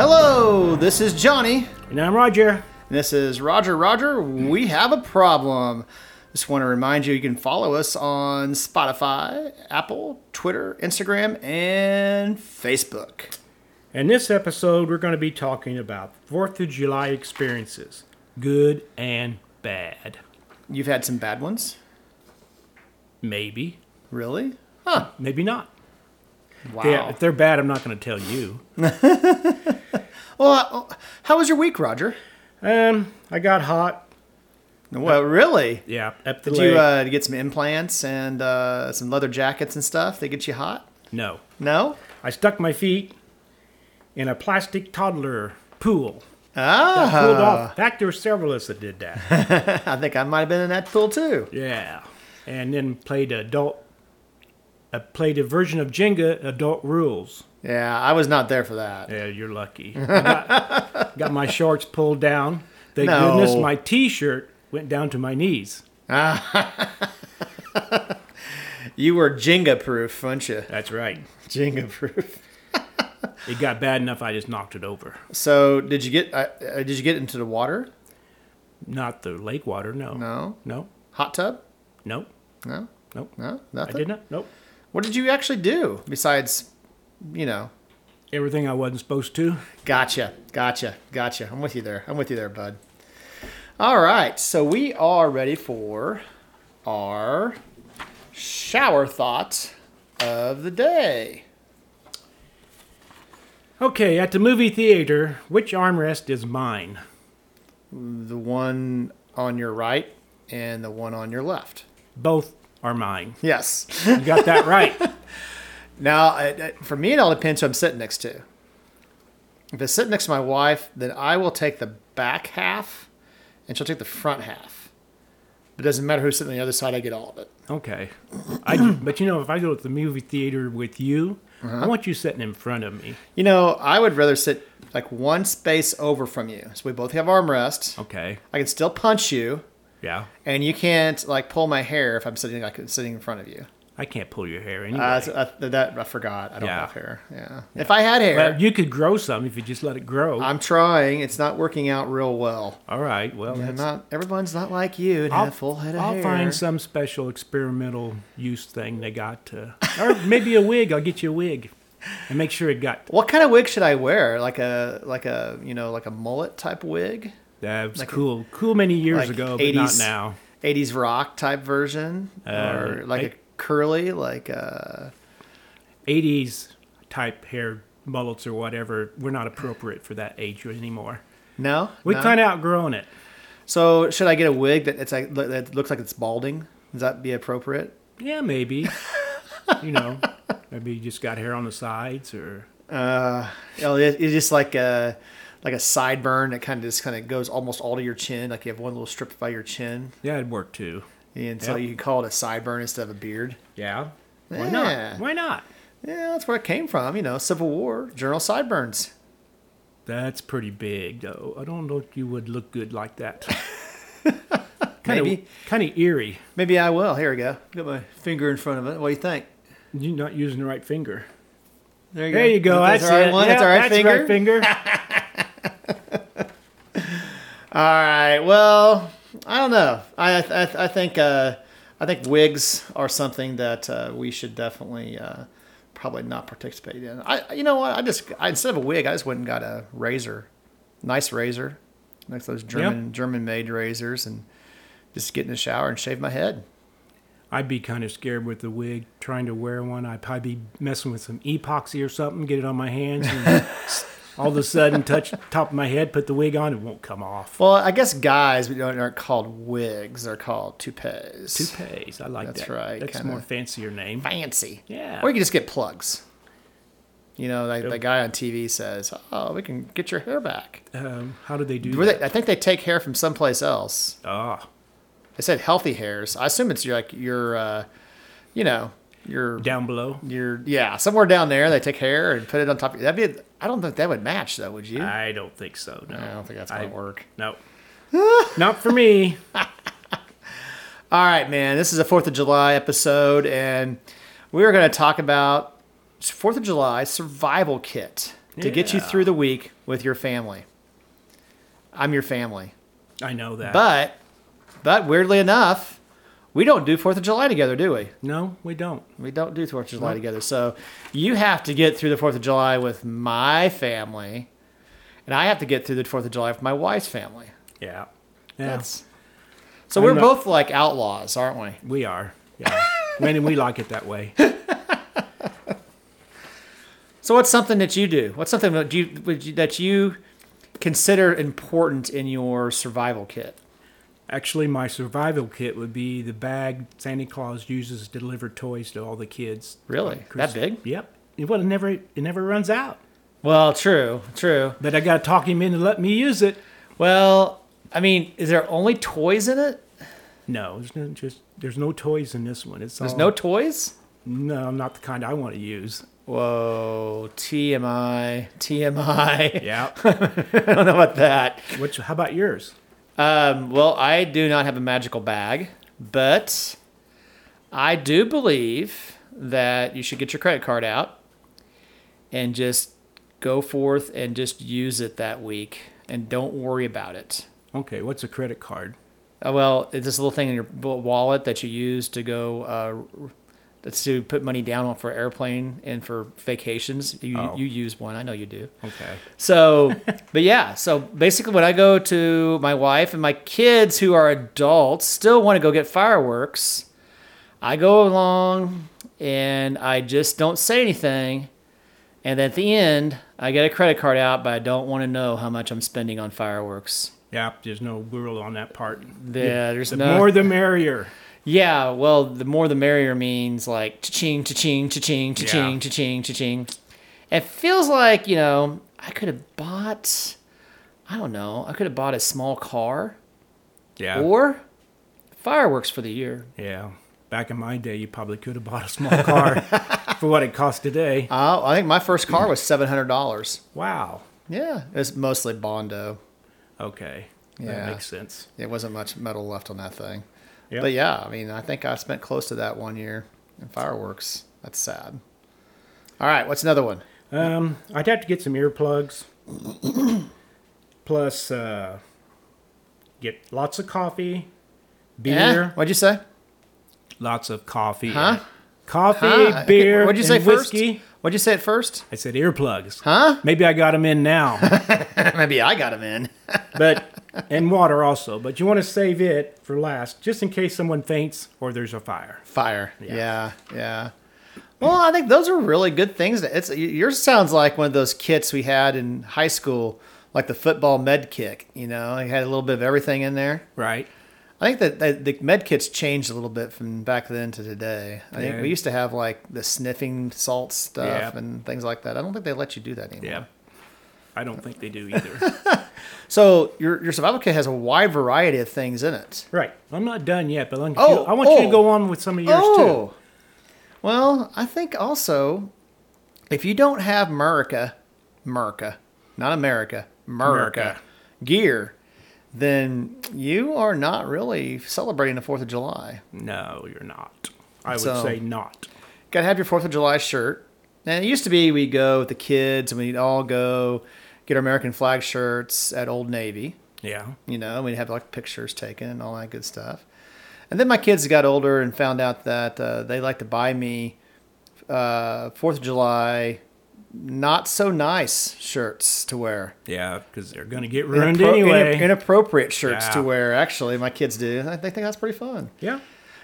Hello, this is Johnny. And I'm Roger. This is Roger Roger. We have a problem. Just want to remind you you can follow us on Spotify, Apple, Twitter, Instagram, and Facebook. In this episode, we're going to be talking about 4th of July experiences good and bad. You've had some bad ones? Maybe, Really? Huh. maybe not. Wow. Yeah, if they're bad, I'm not going to tell you. Well, uh, how was your week, Roger? Um, I got hot. Well, really? Yeah, up the Did leg. you uh, get some implants and uh, some leather jackets and stuff that get you hot? no. No? I stuck my feet in a plastic toddler pool. Pulled Ah, off. In fact, there were several of us that did that. I think I might have been in that pool too. yeah. And then played adult, uh, played a version of Jenga, Adult Rules. Yeah, I was not there for that. Yeah, you're lucky. I got, got my shorts pulled down. Thank No. goodness my T-shirt went down to my knees. You were Jenga proof, weren't you? That's right. Jenga proof. It got bad enough. I just knocked it over. So did you get uh, uh, did you get into the water? Not the lake water. No. No. No. Hot tub? No. No. Nope. No. I Nothing. did not. Nope. What did you actually do besides, you know? Everything I wasn't supposed to. Gotcha. Gotcha. Gotcha. I'm with you there. I'm with you there, bud. All right. So we are ready for our shower thoughts of the day. Okay, at the movie theater, which armrest is mine? The one on your right and the one on your left. Both are mine. Yes. You got that right. Now, it- it- for me, it all depends who I'm sitting next to. If it's sitting next to my wife, then I will take the back half, and she'll take the front half. It doesn't matter who's sitting on the other side; I get all of it. Okay. I, but you know, if I go to the movie theater with you, I Uh-huh. want you sitting in front of me. You know, I would rather sit like one space over from you, so we both have armrests. Okay. I can still punch you, Yeah. and you can't like pull my hair if I'm sitting like sitting in front of you. I can't pull your hair anyway. Uh, so, uh, that I forgot. I don't Yeah. have hair. Yeah. If I had hair, Well, you could grow some if you just let it grow. I'm trying. It's not working out real well. All right. Well, And that's, not everyone's not like you and I'll, have full head of I'll hair. find some special experimental use thing they got to, or maybe a wig. I'll get you a wig, and make sure it got What kind of wig should I wear? Like a like a you know like a mullet type wig, that uh, was Like- cool. Cool many years like ago, but not 80s now. '80s rock type version, or Uh, like I- a curly like uh '80s type hair mullets or whatever. We're not appropriate for that age anymore. no. We no? kind of outgrown it. So should I get a wig that it's like look- that looks like it's balding? Does that be appropriate? Yeah, maybe. you know, maybe you just got hair on the sides or. Uh, you know, it, it's just like a like a sideburn that kind of just kind of goes almost all to your chin. Like you have one little strip by your chin, Yeah, it'd work too. and so Yep. you can call it a sideburn instead of a beard. Yeah. Why Yeah. not? Why not? Yeah, that's where it came from. You know, Civil War, General Sideburns. That's pretty big, though. I don't know if you would look good like that. Maybe. Kind of eerie. Maybe I will. Here we go. Got my finger in front of it. What do you think? You're not using the right finger. There There you go. That's That's, the right it. one. Yeah, that's our right the finger. right finger. All right. Well, I don't know. I I, I think uh, I think wigs are something that uh, we should definitely uh, probably not participate in. I you know what? I just I, instead of a wig, I just went and got a razor, nice razor, like those German German made razors, and just get in the shower and shave my head. I'd be kind of scared with the wig, trying to wear one. I'd probably be messing with some epoxy or something, get it on my hands, and all of a sudden touch top of my head, put the wig on, it won't come off. Well, I guess guys we don't, aren't called wigs; they're called toupees. Toupees. I like That's that. right, That's kinda- more fancier name. Fancy. Yeah. Or you can just get plugs. You know, like the Yep. guy on TV says, "Oh, we can get your hair back." Um, how do they do Were that? they- I think they take hair from someplace else. Ah, They said healthy hairs. I assume it's your, like your, uh, you know, your down below. your yeah somewhere down there. They take hair and put it on top. of That'd be. I don't think that would match though. Would you? I don't think so. No. I don't think that's gonna I- work. No. Not for me. All right, man. This is a Fourth of July episode, and we are going to talk about Fourth of July survival kit. to get you through the week with your family. I'm your family. I know that. But but weirdly enough, we don't do 4th of July together, do we? no, we don't. We don't do 4th of July together. So you have to get through the 4th of July with my family and I have to get through the 4th of July with my wife's family. Yeah. Yeah. That's So I'm we're not- both like outlaws, aren't we? we are. Yeah. Man, we like it that way. So what's something that you do? What's something that you, would you that you consider important in your survival kit? Actually, my survival kit would be the bag Santa Claus uses to deliver toys to all the kids. Really? Christ- That big? Yep. It, well, it never it never runs out. Well, true, true. But I gotta talk him into letting me use it. Well, I mean, is there only toys in it? No, there's no just there's no toys in this one. It's There's all, no toys? no, not the kind I want to use. Whoa, TMI, TMI. Yeah. I don't know about that. Which how about yours? Um, well, I do not have a magical bag, but I do believe that you should get your credit card out and just go forth and just use it that week and don't worry about it. Okay, what's a credit card? Uh, well, it's this little thing in your b- wallet that you use to go. Uh, r- that's to put money down on for airplane and for vacations. You Oh. you use one, I know you do. Okay. So, but yeah. So basically, when I go to my wife and my kids who are adults still want to go get fireworks, I go along and I just don't say anything. And at the end, I get a credit card out, but I don't want to know how much I'm spending on fireworks. Yeah, there's no rule on that part. The, there's The no more the merrier. Yeah, well, the more the merrier means like cha-ching, cha-ching, cha-ching, cha-ching, Yeah. cha-ching, cha-ching. It feels like, you know, I could have bought, I don't know, I could have bought a small car Yeah. or fireworks for the year. yeah. Back in my day, you probably could have bought a small car for what it costs today. Uh, I think my first car was $700. Wow. Yeah, it was mostly Bondo. Okay. Yeah. That makes sense. It wasn't much metal left on that thing. Yep. But yeah, I mean, I think I spent close to that one year in fireworks. That's sad. All right, what's another one? Um, I'd have to get some earplugs. Plus, uh, get lots of coffee, Eh? beer, What'd you say? lots of coffee, Huh? coffee, Huh? beer. What'd you say and first? whiskey. What'd you say at first? I said earplugs. Huh? Maybe I got them in now, Maybe I got him in. but and water also. But you want to save it for last, just in case someone faints or there's a fire. Fire. Yeah. yeah, Well, I think those are really good things. It's yours sounds like one of those kits we had in high school, like the football med kit. You know, it had a little bit of everything in there. Right. I think that that the med kits changed a little bit from back then to today. I think Yeah. we used to have like the sniffing salt stuff Yeah. and things like that. I don't think they let you do that anymore. Yeah. I don't think they do either. So your your survival kit has a wide variety of things in it. right. I'm not done yet, but I'm Oh, I want you oh. to go on with some of yours too. Well, I think also, if you don't have Murica, Murica, not America, Murica Murica. gear, then you are not really celebrating the 4th of July. No, you're not. I would So- say not. Got to have your 4th of July shirt. And it used to be we'd go with the kids and we'd all go get our American flag shirts at Old Navy. Yeah. you know, we'd have like pictures taken and all that good stuff. And then my kids got older and found out that uh, they like to buy me uh, Fourth of July not so nice shirts to wear. Yeah, because they're going to get ruined Inappro- anyway. inap- inappropriate shirts to Yeah. wear. Actually, my kids do. I think that's pretty fun. yeah.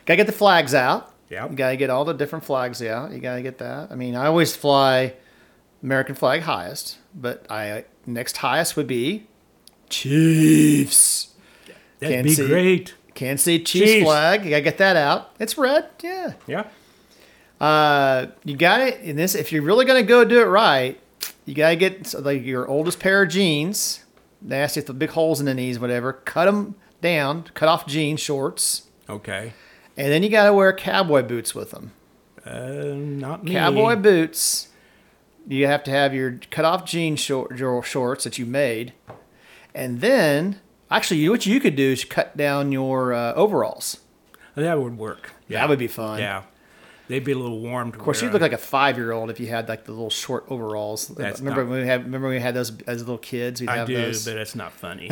Gotta get the flags out. Yep. You gotta get all the different flags out. You gotta get that. I mean, I always fly American flag highest, but I next highest would be Chiefs. That'd Can't be see. great. Can't see Chiefs Chiefs. flag. You gotta get that out. It's red. Yeah. Yeah. Uh, you got it. In this, if you're really gonna go do it right, you gotta get so, like your oldest pair of jeans. Nasty with the big holes in the knees, whatever. Cut them down. Cut off jean shorts, Okay. and then you gotta wear cowboy boots with them. Uh, not me. Cowboy boots. You have to have your cut off jean short, your shorts that you made, and then actually, you what you could do is cut down your uh, overalls. That would work. Yeah. That would be fun. Yeah. They'd be a little warm. To Of course, you'd look like a five year old if you had like the little short overalls. That's remember not- when we had remember when we had those as little kids? We'd I have do, those. but it's not funny.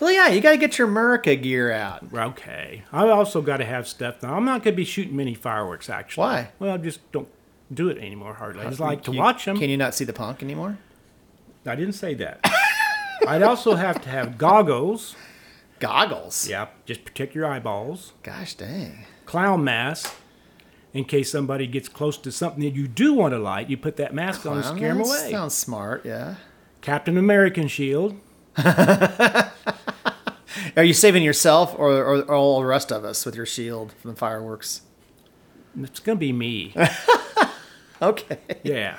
Well, yeah, you got to get your America gear out. okay. I also got to have stuff. Now, I'm not going to be shooting many fireworks, actually. Why? Well, I just don't do it anymore hardly. I just like to watch them. Can you not see the punk anymore? I didn't say that. I'd also have to have goggles. Goggles. Yeah, just protect your eyeballs. Gosh dang. Clown mask. In case somebody gets close to something that you do want to light, you put that mask on to Well, scare them that away. Sounds smart. Yeah. Captain American shield. Are you saving yourself or, or, or all the rest of us with your shield from the fireworks? It's gonna be me. Okay. Yeah.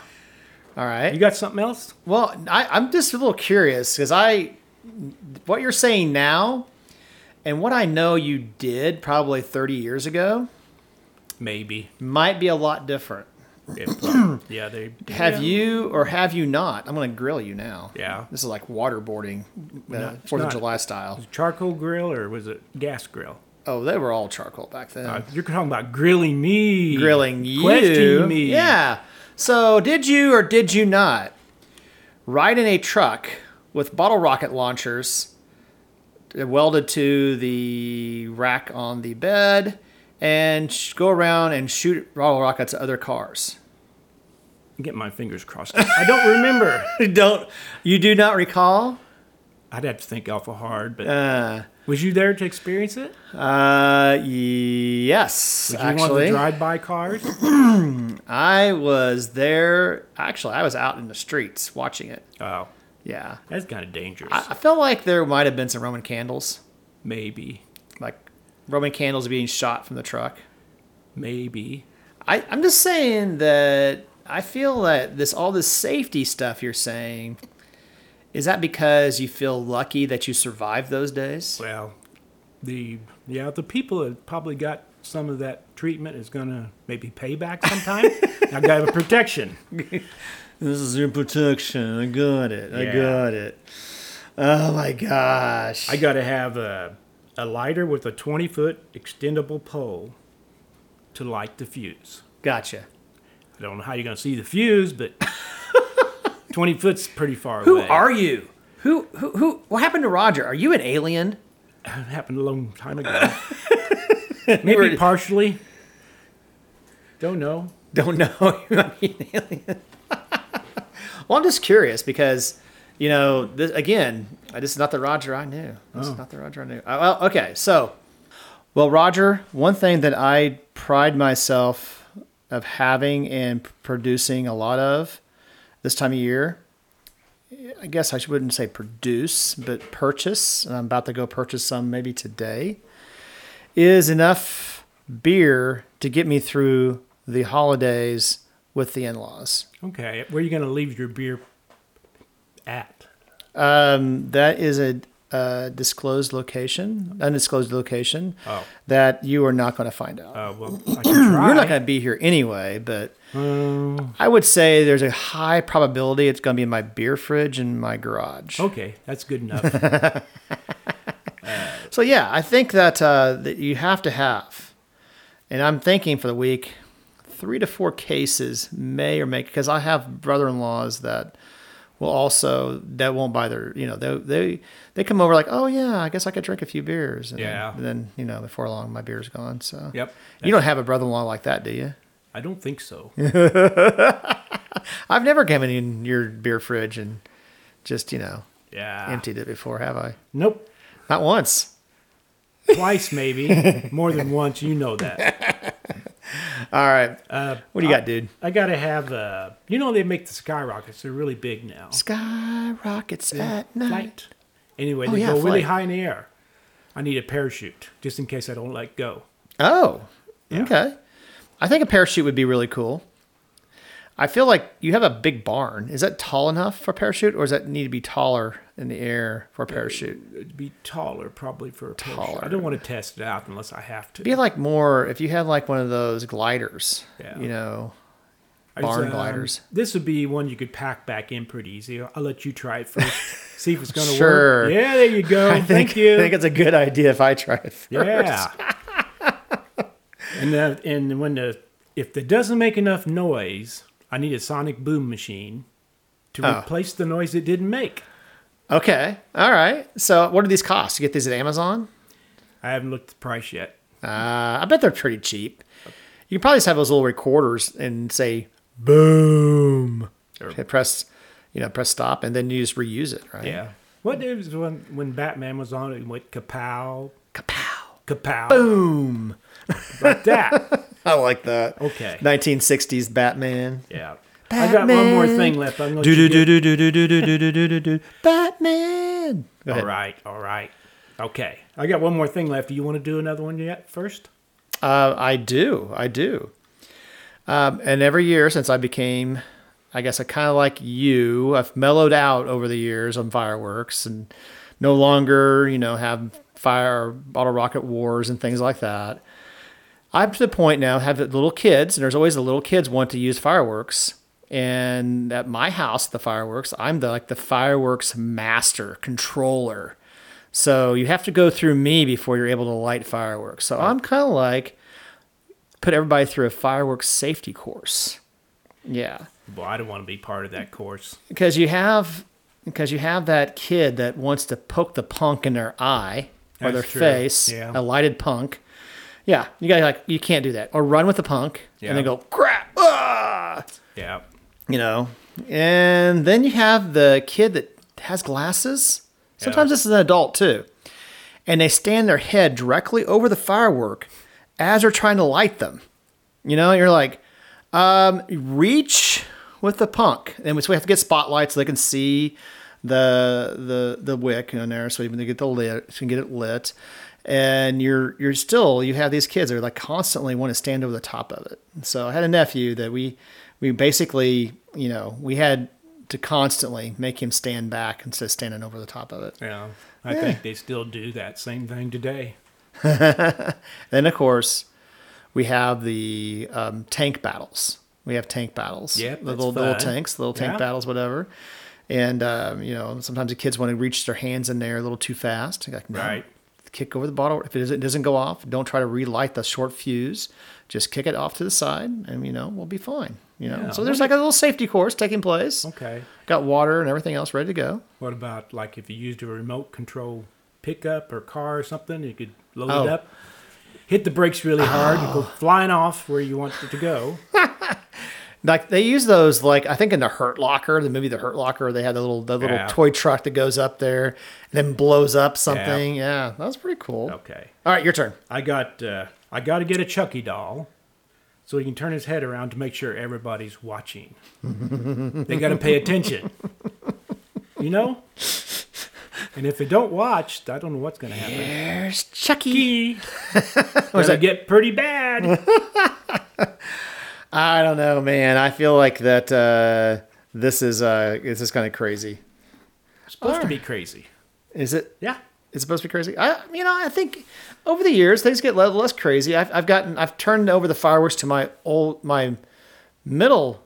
All right. You got something else? Well, I, I'm just a little curious because I, what you're saying now, and what I know you did probably 30 years ago Maybe. might be a lot different. If- yeah, they Have you or have you not? I'm going to grill you now. Yeah. This is like waterboarding, uh, it's Fourth of not. July style. charcoal grill or was it gas grill? Oh, they were all charcoal back then. Uh, you're talking about grilling me. grilling you. Questioning me. Yeah. So, did you or did you not ride in a truck with bottle rocket launchers uh, welded to the rack on the bed and sh- go around and shoot bottle rockets at other cars? Get my fingers crossed. I don't remember. Don't you do not recall? I'd have to think awful hard, but Uh, was you there to experience it? uh, yes, Did you want actually, to drive by cars? I was there. Actually, I was out in the streets watching it. Oh, Yeah, that's kind of dangerous. I, I felt like there might have been some Roman candles. maybe, like Roman candles being shot from the truck. maybe. I, I'm just saying that I feel that this all this safety stuff you're saying is that because you feel lucky that you survived those days? Well, the yeah, the people that probably got some of that treatment is gonna maybe pay back sometime. I got a protection. This is your protection. I got it. Yeah. got it. Oh my gosh. I got to have a, a lighter with a 20 foot extendable pole to light the fuse. gotcha. I don't know how you're going to see the fuse, but 20 foot's pretty far Who away. are you? Who, who, who, what happened to Roger? Are you an alien? That happened a long time ago. Maybe partially. Don't know. don't know you might be an alien. well, I'm just curious because, you know, this, again, I- this is not the Roger I knew. This is not the Roger I knew. Uh, well, okay, so, well, Roger, one thing that I pride myself of having and p- producing a lot of this time of year, I guess I should- wouldn't say produce, but purchase. And I'm about to go purchase some maybe today is enough beer to get me through the holidays with the in-laws. Okay, where are you going to leave your beer at? Um, that is a, uh disclosed location, undisclosed location Oh. that you are not going to find out. Uh, well, I can try. Uh, You're not going to be here anyway, but I would say there's a high probability it's going to be in my beer fridge and my garage. Okay, that's good enough. So yeah, I think that uh, that you have to have, and I'm thinking for the week, three to four cases may or may because I have brother-in-laws that will also that won't buy their you know they they they come over like oh yeah I guess I could drink a few beers and Yeah. then, then, you know before long my beer's gone so Yep. you don't have a brother-in-law like that do you I don't think so. I've never come in your beer fridge and just you know Yeah. emptied it before have I Nope. not once Twice, maybe. More than once. You know that. all right what do you got dude Uh, I gotta have uh you know they make the skyrockets, they're really big now. skyrockets at night. Flight. Anyway, Oh, they yeah, go really flight. high in the air. I need a parachute just in case I don't let go. Oh, okay. I think a parachute would be really cool. I feel like you have a big barn. Is that tall enough for a parachute, or does that need to be taller in the air for a parachute? It'd be taller probably for a parachute. I Taller. don't want to test it out unless I have to. Be like more if you had like one of those gliders. Yeah. You know. There's, barn gliders. um, This would be one you could pack back in pretty easy. I'll let you try it first. see if it's gonna Sure. work. Yeah, there you go. I think, Thank you. I think it's a good idea if I try it first. yeah. And the, and when the if it doesn't make enough noise, I need a sonic boom machine to Oh. replace the noise it didn't make. Okay. All right. So, what do these cost? You get these at Amazon? I haven't looked at the price yet. Uh, I bet they're pretty cheap. You can probably just have those little recorders and say boom. Hit press, you know, press stop, and then you just reuse it, right? Yeah. What it was when when Batman was on it it went kapow, Kapow. kapow, Boom. like that. I like that. Okay. 1960s Batman. Yeah. I got one more Batman. thing left. I'm going Do to do do do do do do do do do do do do. Batman. Go All ahead. right, all right. Okay. I got one more thing left. Do you want to do another one yet first? Uh, I do. I do. Um, and every year since I became, I guess I kind of like you, I've mellowed out over the years on fireworks and no longer, you know, have fire auto rocket wars and things like that. I'm to the point now, have the little kids, and there's always the little kids want to use fireworks. And at my house, the fireworks, I'm the like the fireworks master controller. So you have to go through me before you're able to light fireworks. So I'm kind of like put everybody through a fireworks safety course. Yeah Well, I don't want to be part of that course. because you have because you have that kid that wants to poke the punk in their eye or That's their true. face, Yeah. a lighted punk. Yeah, you gotta like you can't do that or run with the punk and Yeah. then go crap, ah! Yeah. you know. And then you have the kid that has glasses. Sometimes this is an adult too, and they stand their head directly over the firework as they're trying to light them. You know, you're like, um, reach with the punk, and so we have to get spotlights so they can see the the the wick in there, so even they get the lit, so you can get it lit. And you're you're still you have these kids that are like constantly want to stand over the top of it. So I had a nephew that we we basically you know we had to constantly make him stand back instead of standing over the top of it. Yeah. I think they still do that same thing today. Then, of course, we have the um, tank battles. We have tank battles. Yep, the that's little, the little fun. tanks, the little tank Yeah. battles, whatever. And um, you know, sometimes the kids want to reach their hands in there a little too fast. You're like, no, Right. Kick over the bottle. If it doesn't, doesn't go off, don't try to relight the short fuse. Just kick it off to the side, and you know we'll be fine. You know, Yeah. so there's like a little safety course taking place. Okay. Got water and everything else ready to go. What about like if you used a remote control pickup or car or something, you could load Oh. it up, hit the brakes really hard, and go flying off where you want it to go. Like they use those, like I think in the Hurt Locker, the movie The Hurt Locker, they had the little the little Yeah. toy truck that goes up there and then blows up something. Yeah, that was pretty cool. Okay. All right, your turn. I got uh, I got to get a Chucky doll, so he can turn his head around to make sure everybody's watching. they got to pay attention, you know. And if they don't watch, I don't know what's going to happen. There's Chucky. Chucky, going to get pretty bad. I don't know, man. I feel like that uh, this is uh, this is kind of crazy. Supposed to be crazy. Is it? Yeah. It's supposed to be crazy. I, you know, I think over the years things get le- less crazy. I've, I've gotten, I've turned over the fireworks to my old, my middle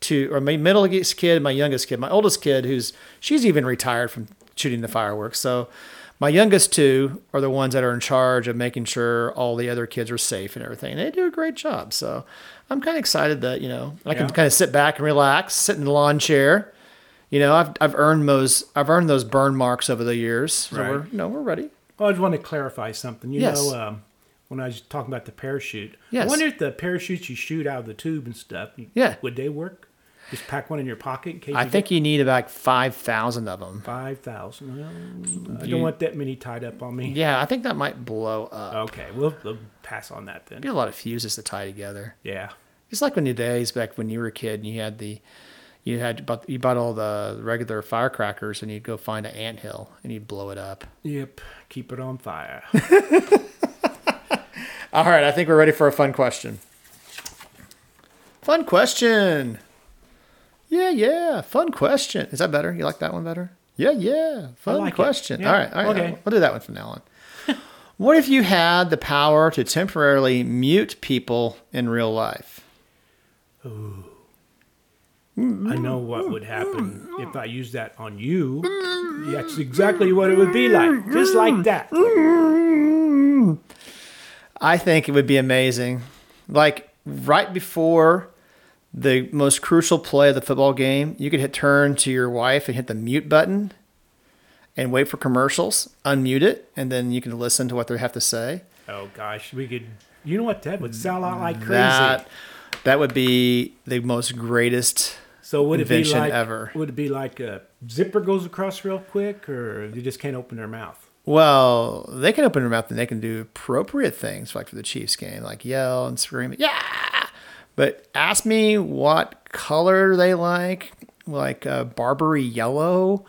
two, or my middle kid, my youngest kid, my oldest kid, who's she's even retired from shooting the fireworks. So my youngest two are the ones that are in charge of making sure all the other kids are safe and everything. And they do a great job. So I'm kind of excited that you know I can Yeah. kind of sit back and relax, sit in the lawn chair. You know, I've, I've earned those I've earned those burn marks over the years. So Right. we're no, we're ready. Well, I just want to clarify something. You Yes. know, um, when I was talking about the parachute, Yes. I wonder if the parachutes you shoot out of the tube and stuff, Yeah. would they work? Just pack one in your pocket in case I you think you need about five thousand of them. Five thousand. Well, I You- don't want that many tied up on me. Yeah, I think that might blow up. Okay, we'll, we'll pass on that then. Be a lot of fuses to tie together. Yeah. It's like when the days back when you were a kid and you had the, you had bought, you bought all the regular firecrackers and you'd go find an anthill and you'd blow it up. Yep. Keep it on fire. All right, I think we're ready for a fun question. Fun question. Yeah, yeah. Fun question. Is that better? You like that one better? Yeah, yeah. Fun like it. question. Yeah, All right, all right. okay. We'll do that one from now on. what if you had the power to temporarily mute people in real life? I know what would happen if I used that on you. That's exactly what it would be like. Just like that. I think it would be amazing. Like right before the most crucial play of the football game, you could hit turn to your wife and hit the mute button and wait for commercials, unmute it, and then you can listen to what they have to say. Oh gosh, we could. You know what? That would sell out like crazy. That that would be the most greatest so would it be invention like? ever. Would it be like a zipper goes across real quick, or they just can't open their mouth? Well, they can open their mouth and they can do appropriate things, like for the Chiefs game, like yell and scream, yeah. But ask me what color they like, like uh, Barbary yellow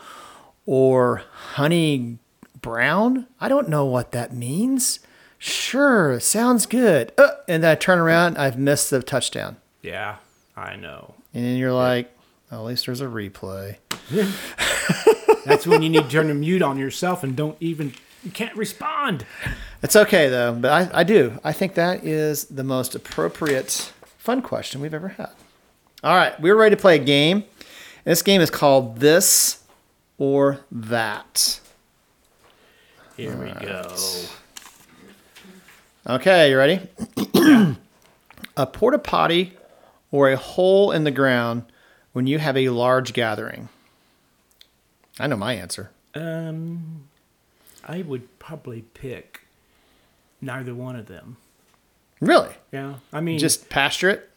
or honey brown. I don't know what that means. Sure, sounds good. Uh, and then I turn around, I've missed the touchdown. Yeah, I know. And then you're like, at least there's a replay. That's when you need to turn the mute on yourself and don't even. You can't respond. It's okay though, but I, I do. I think that is the most appropriate fun question we've ever had. All right, we're ready to play a game. This game is called This or That. Here we go. Okay, you ready? a porta potty or a hole in the ground when you have a large gathering? I know my answer. Um, I would probably pick neither one of them. Really? Yeah, I mean, just Just pasture it?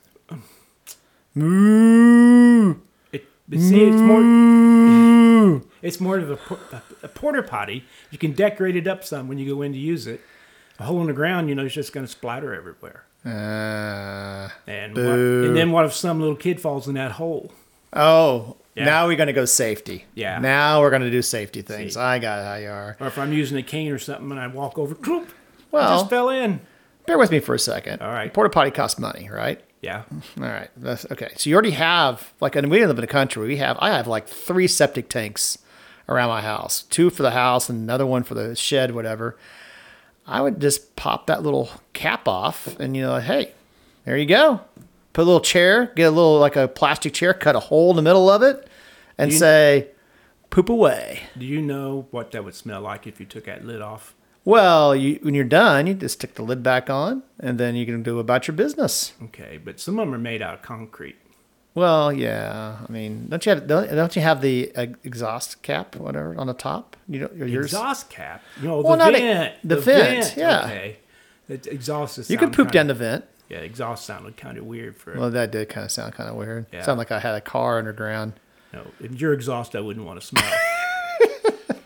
Moo! it, but see, it's more. It's more of a, por- a, a porter potty. You can decorate it up some when you go in to use it. A hole in the ground, you know, it's just going to splatter everywhere. Uh, And what, and then what if some little kid falls in that hole? Oh, Yeah. now we're gonna go safety. Yeah. Now we're gonna do safety things. See. I got how you are. Or if I'm using a cane or something and I walk over, cloop, I Well, just fell in. bear with me for a second. All right. Porta potty costs money, right? Yeah, All right. That's okay. So you already have like, and we live in a country. We have I have like three septic tanks around my house. Two for the house and another one for the shed, whatever. I would just pop that little cap off, and you know, hey, there you go. Put a little chair, get a little like a plastic chair, cut a hole in the middle of it, and say, poop away. do you know what that would smell like if you took that lid off? Well, you, when you're done, you just stick the lid back on, and then you can do about your business. Okay, but some of them are made out of concrete. Well, yeah. I mean, don't you have don't, don't you have the uh, exhaust cap, whatever, on the top? You know, yours. Exhaust cap. No, Well, the not a- vent. the vent, yeah. Okay. The exhaust is. You could poop down the vent. Yeah, exhaust sounded kind of weird for. Well, that did kind of sound kind of weird. Yeah. Sound like I had a car underground. no, if you're exhaust, I wouldn't want to smell.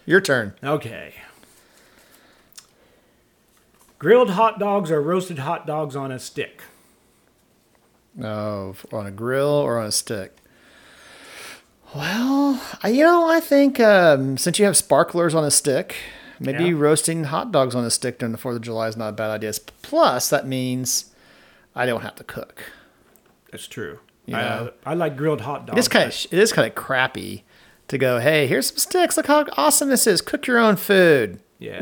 Your turn. okay. Grilled hot dogs or roasted hot dogs on a stick. Oh, f- on a grill or on a stick. Well, I, you know, I think um, since you have sparklers on a stick, maybe Yeah. roasting hot dogs on a stick during the Fourth of July is not a bad idea. S- Plus, that means I don't have to cook. That's true. You Uh, know. I like grilled hot dogs. It is kind of it is kind of crappy to go. Hey, here's some sticks. Look how awesome this is. Cook your own food Yeah.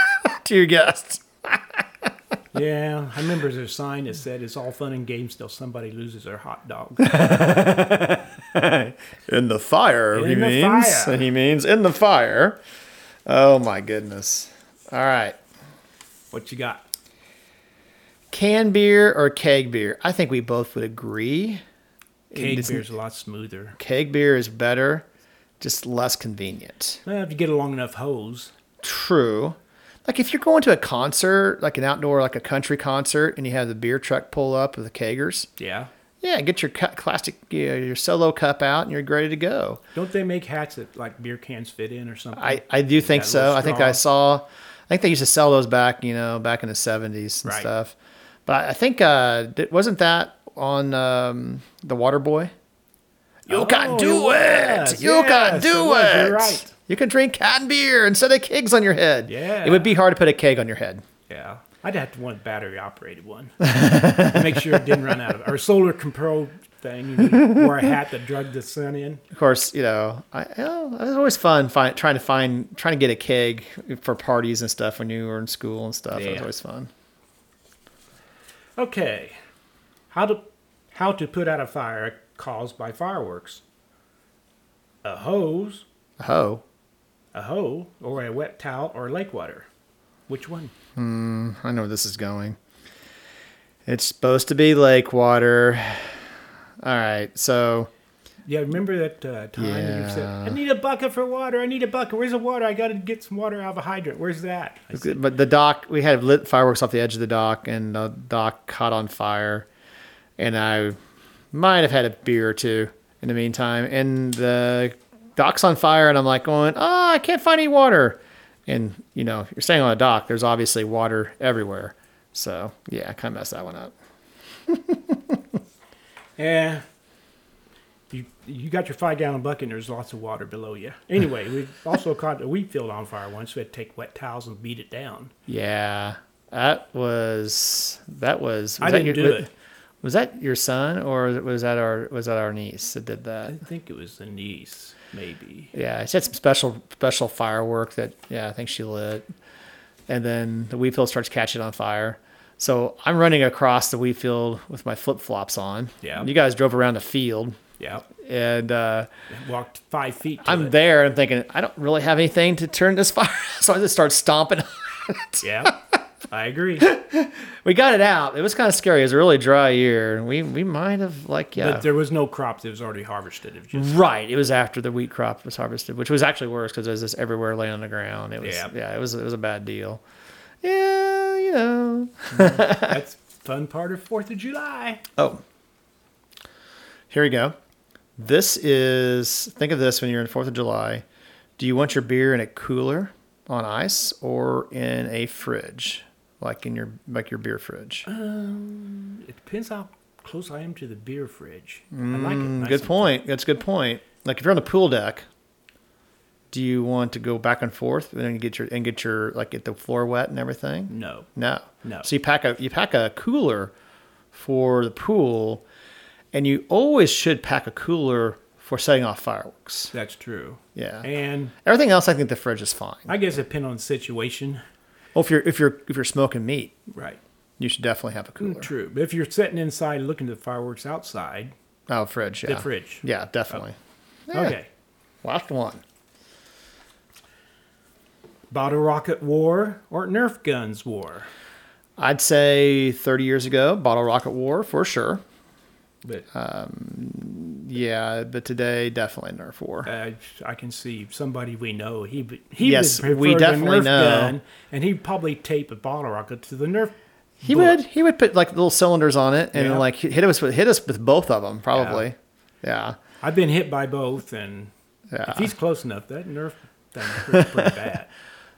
to your guests. Yeah. I remember there's a sign that said, it's all fun and games till somebody loses their hot dog. In the fire, In the fire. He means in the fire. Oh my goodness! All right. what you got? Can beer or keg beer? I think we both would agree. Cake It's- beer's a lot smoother. Keg beer is better, just less convenient. Well, if you get a long enough hose. True. Like if you're going to a concert, like an outdoor, like a country concert, and you have the beer truck pull up with the kegers, Yeah. yeah, get your cu- classic, you know, your solo cup out, and you're ready to go. Don't they make hats that like beer cans fit in or something? I, I do think Got a so. little I think I straw. saw, I think they used to sell those back, you know, back in the seventies and Right. stuff. But I think uh, di- wasn't that on um, the Water Boy? You Oh, can do it was. it. You can Yes, do it it. was. You're right. You can drink canned beer instead of kegs on your head. Yeah. It would be hard to put a keg on your head. yeah. I'd have to want a battery operated one. make sure it didn't run out of or solar control thing. You know, wear a hat that drug the sun in. Of course, you know, I you know, it was always fun find, trying to find trying to get a keg for parties and stuff when you were in school and stuff. It was Yeah. always fun. Okay. How to how to put out a fire caused by fireworks? A hose, Oh. a hoe, or a wet towel or lake water. Which one? I know where this is going. It's supposed to be lake water. All right, so Yeah, remember that uh, time you said, Yeah. "I need a bucket for water. I need a bucket. Where's the water? I got to get some water out of a hydrant. Where's that?" I said, but the dock we had lit fireworks off the edge of the dock, and the dock caught on fire, and I might have had a beer or two in the meantime, and the dock's on fire, and I'm like going, oh, I can't find any water, and you know, if you're staying on a dock, there's obviously water everywhere, so yeah, I kind of messed that one up. "Yeah." "Eh, You, you got your five gallon bucket and there's lots of water below you. Anyway, we also caught a wheat field on fire once. We had to take wet towels and beat it down. Yeah, that was that was. was I that your- didn't do was, it. Was that your son or was that our was that our niece that did that? I think it was the niece, maybe. Yeah, she had some special special firework that yeah I think she lit, and then the wheat field starts catching on fire. So I'm running across the wheat field with my flip flops on. Yeah. you guys drove around the field, Yeah, and uh, walked five feet. To I'm it. there. and I'm thinking I don't really have anything to turn this fire, so I just start stomping. Yeah, I agree. we got it out. It was kind of scary. It was a really dry year, and we we might have like yeah. But there was no crop that was already harvested. It was just Right. It was after the wheat crop was harvested, which was actually worse because there was this everywhere laying on the ground. It was yeah. Yeah. it was it was a bad deal. Yeah, you know. that's fun part of Fourth of July. Oh. Here we go. This is think of this when you're in 4th of July. Do you want your beer in a cooler on ice or in a fridge? Like in your like your beer fridge. It depends how close I am to the beer fridge. I like it. nice Mm, Good and- point. That's a good point. Like if you're on the pool deck, do you want to go back and forth and then get your and get your like get the floor wet and everything? No, No. Mm. No. So you pack a you pack a cooler for the pool, and you always should pack a cooler for setting off fireworks. that's true. Yeah. And Everything else, I think the fridge is fine. I guess it depends on the situation. Oh, if you're if you're if you're smoking meat, Right. you should definitely have a cooler. Mm, True. But if you're sitting inside looking at the fireworks outside, Oh, fridge. Yeah. fridge. Oh. Yeah, definitely. Yeah. okay. Last one. Bottle rocket war or Nerf guns war. I'd say 30 years ago, bottle rocket war for sure. But Yeah, but today definitely Nerf war. uh, I can see somebody we know. He would- he Yes, would prefer we the definitely Nerf know. gun, and he'd probably tape a bottle rocket to the Nerf. he bullet. would he would put like little cylinders on it and Yeah. like hit us with hit us with both of them probably. Yeah. I've been hit by both, and Yeah. if he's close enough, that Nerf thing is pretty bad.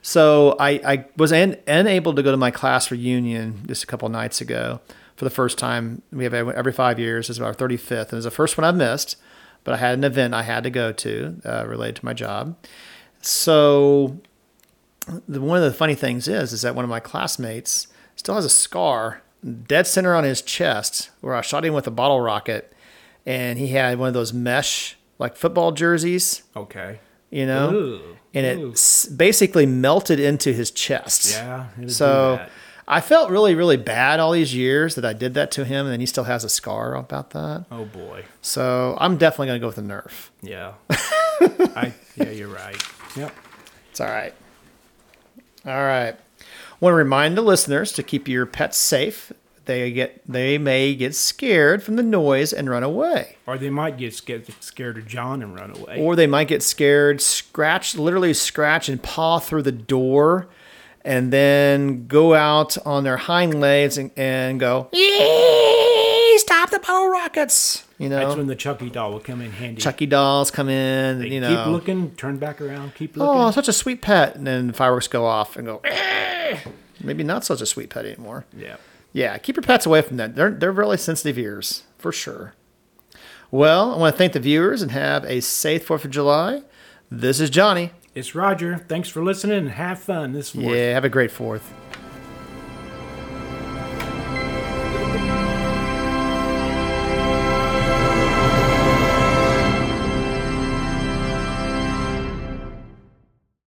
So I I was un- unable to go to my class reunion just a couple nights ago for the first time. We have every five years. It's about our 35th, and it's the first one I've missed. But I had an event I had to go to uh, related to my job. So the, one of the funny things is is that one of my classmates still has a scar dead center on his chest where I shot him with a bottle rocket, and he had one of those mesh like football jerseys, Okay. you know, Ooh. and it Ooh. s- basically melted into his chest. Yeah. it'd do So that. I felt really, really bad all these years that I did that to him, and then he still has a scar about that. Oh boy. So I'm definitely gonna go with the Nerf. Yeah. I. Yeah, you're right. Yep. It's all right. All right. Want to remind the listeners to keep your pets safe. They get they may get scared from the noise and run away, Or they might get scared, scared of John and run away. or they might get scared, scratch literally scratch and paw through the door, and then go out on their hind legs and, and go. "Yee, Stop the bottle rockets! You know that's when the Chucky doll will come in handy. Chucky dolls come in, They you keep know. looking, turn back around, keep looking. oh, such a sweet pet, and then fireworks go off and go. "Eh." Maybe not such a sweet pet anymore. Yeah. Yeah, keep your pets away from that. They're they're really sensitive ears for sure. Well, I want to thank the viewers and have a safe Fourth of July. This is Johnny. It's Roger. Thanks for listening and have fun this morning. Yeah, have a great Fourth.